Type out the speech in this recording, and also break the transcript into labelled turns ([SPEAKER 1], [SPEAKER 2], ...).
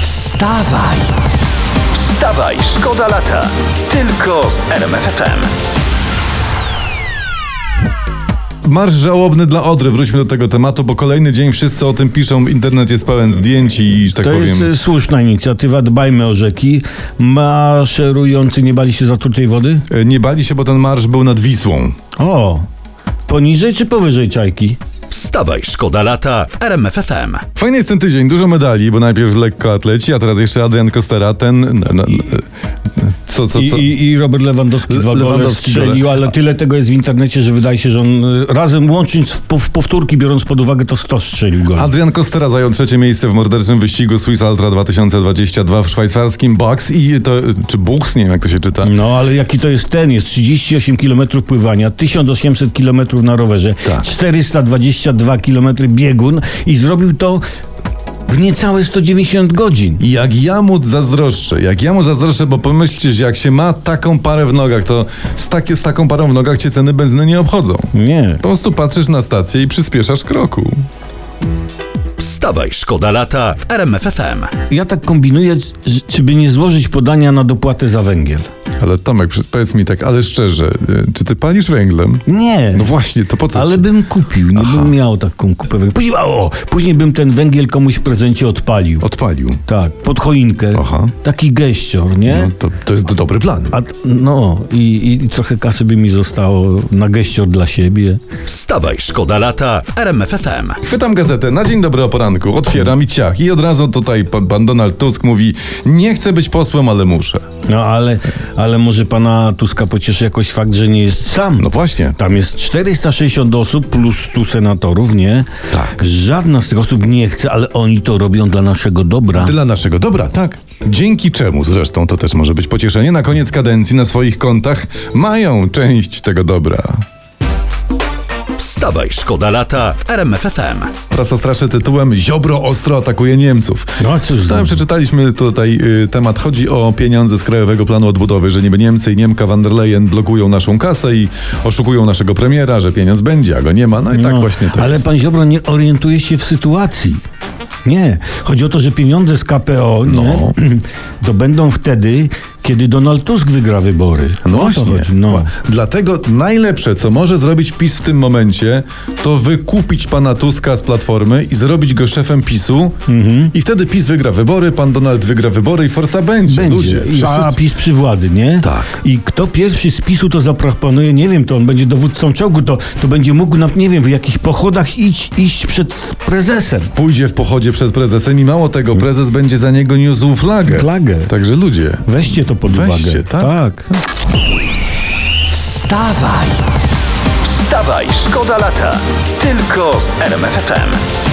[SPEAKER 1] Wstawaj! Wstawaj, szkoda lata. Tylko z RMFFM.
[SPEAKER 2] Marsz żałobny dla Odry, wróćmy do tego tematu, bo kolejny dzień wszyscy o tym piszą, internet jest pełen zdjęć i że tak
[SPEAKER 3] To
[SPEAKER 2] powiem.
[SPEAKER 3] jest e, słuszna inicjatywa, dbajmy o rzeki. Maszerujący nie bali się zatrutej wody?
[SPEAKER 2] E, Nie bali się, bo ten marsz był nad Wisłą.
[SPEAKER 3] O, poniżej czy powyżej czajki?
[SPEAKER 1] Wstawaj, szkoda lata w RMFFM.
[SPEAKER 2] Fajny jest ten tydzień, dużo medali, bo najpierw lekkoatleci, a teraz jeszcze Adrian Kostera, ten... n- n- n- co, co,
[SPEAKER 3] I,
[SPEAKER 2] co?
[SPEAKER 3] i, i Robert Lewandowski
[SPEAKER 2] Le-
[SPEAKER 3] dwa gole
[SPEAKER 2] Lewandowski
[SPEAKER 3] strzelił,
[SPEAKER 2] gole.
[SPEAKER 3] ale tyle tego jest w internecie, że wydaje się, że on e, razem łącząc w pow- powtórki, biorąc pod uwagę to 100 strzelił gol.
[SPEAKER 2] Adrian Kostera zajął trzecie miejsce w morderczym wyścigu Swiss Ultra 2022 w szwajcarskim Bucks i to... czy Buchs, nie wiem jak to się czyta.
[SPEAKER 3] No, ale jaki to jest ten? Jest 38 km pływania, 1800 km na rowerze,
[SPEAKER 2] Tak.
[SPEAKER 3] 422 km biegun i zrobił to w niecałe 190 godzin.
[SPEAKER 2] Jak ja mu zazdroszczę, jak ja mu zazdroszczę, bo pomyślcie, że jak się ma taką parę w nogach, to z, takie, z taką parą w nogach cię ceny benzyny nie obchodzą.
[SPEAKER 3] Nie.
[SPEAKER 2] Po prostu patrzysz na stację i przyspieszasz kroku.
[SPEAKER 1] Wstawaj, szkoda lata w RMFFM.
[SPEAKER 3] Ja tak kombinuję, z- czy by nie złożyć podania na dopłatę za węgiel.
[SPEAKER 2] Ale Tomek, przy- powiedz mi tak, ale szczerze, y, czy ty palisz węglem?
[SPEAKER 3] Nie.
[SPEAKER 2] No właśnie, to po co?
[SPEAKER 3] Ale
[SPEAKER 2] ci-
[SPEAKER 3] bym kupił, nie bym miał taką kupę węgla. Później, o, później bym ten węgiel komuś w prezencie odpalił.
[SPEAKER 2] Odpalił.
[SPEAKER 3] Tak, pod choinkę.
[SPEAKER 2] Aha.
[SPEAKER 3] Taki geścior, nie?
[SPEAKER 2] No, to, to jest dobry plan.
[SPEAKER 3] A, t- no i, i trochę kasy by mi zostało na geścior dla siebie.
[SPEAKER 1] Wstawaj, szkoda lata w RMFFM.
[SPEAKER 2] Chwytam gazetę na dzień dobry o poranku, otwieram i ciach. I od razu tutaj pan, pan Donald Tusk mówi, nie chcę być posłem, ale muszę.
[SPEAKER 3] No ale, ale może pana Tuska pocieszy jakoś fakt, że nie jest sam.
[SPEAKER 2] No właśnie.
[SPEAKER 3] Tam jest 460 osób plus 100 senatorów, nie?
[SPEAKER 2] Tak.
[SPEAKER 3] Żadna z tych osób nie chce, ale oni to robią dla naszego dobra.
[SPEAKER 2] Dla naszego dobra, tak. Dzięki czemu zresztą to też może być pocieszenie. Na koniec kadencji na swoich kontach mają część tego dobra.
[SPEAKER 1] Wstawaj, szkoda lata w RMFFM.
[SPEAKER 2] Prasa straszy tytułem Ziobro ostro atakuje Niemców.
[SPEAKER 3] No cóż,
[SPEAKER 2] Tam
[SPEAKER 3] za-
[SPEAKER 2] przeczytaliśmy tutaj y, temat. Chodzi o pieniądze z Krajowego Planu Odbudowy, że niby Niemcy i Niemka van der Leyen blokują naszą kasę i oszukują naszego premiera, że pieniądz będzie, a go nie ma. No i tak
[SPEAKER 3] No,
[SPEAKER 2] właśnie to
[SPEAKER 3] Ale
[SPEAKER 2] jest.
[SPEAKER 3] pan Ziobro nie orientuje się w sytuacji. Nie. Chodzi o to, że pieniądze z KPO
[SPEAKER 2] No.
[SPEAKER 3] nie, to będą wtedy, kiedy Donald Tusk wygra wybory.
[SPEAKER 2] No
[SPEAKER 3] O to
[SPEAKER 2] właśnie.
[SPEAKER 3] chodzi, No.
[SPEAKER 2] Dlatego najlepsze, co może zrobić PiS w tym momencie, to wykupić pana Tuska z Platformy i zrobić go szefem PiSu.
[SPEAKER 3] Mhm.
[SPEAKER 2] I wtedy PiS wygra wybory, pan Donald wygra wybory i forsa będzie.
[SPEAKER 3] Będzie.
[SPEAKER 2] Ludzie,
[SPEAKER 3] I- A
[SPEAKER 2] wszyscy-
[SPEAKER 3] PiS przy władzy, nie?
[SPEAKER 2] Tak.
[SPEAKER 3] I kto pierwszy z PiSu to zaproponuje, nie wiem, to on będzie dowódcą czołgu, to, to będzie mógł, na, nie wiem, w jakichś pochodach iść, iść przed prezesem.
[SPEAKER 2] Pójdzie w pochodzie przed prezesem i mało tego, prezes będzie za niego niósł flagę.
[SPEAKER 3] Flagę.
[SPEAKER 2] Także ludzie.
[SPEAKER 3] Weźcie to pod
[SPEAKER 2] Weźcie,
[SPEAKER 3] uwagę.
[SPEAKER 2] tak?
[SPEAKER 3] tak.
[SPEAKER 1] Wstawaj! Wstawaj, szkoda lata. Tylko z RMFFM.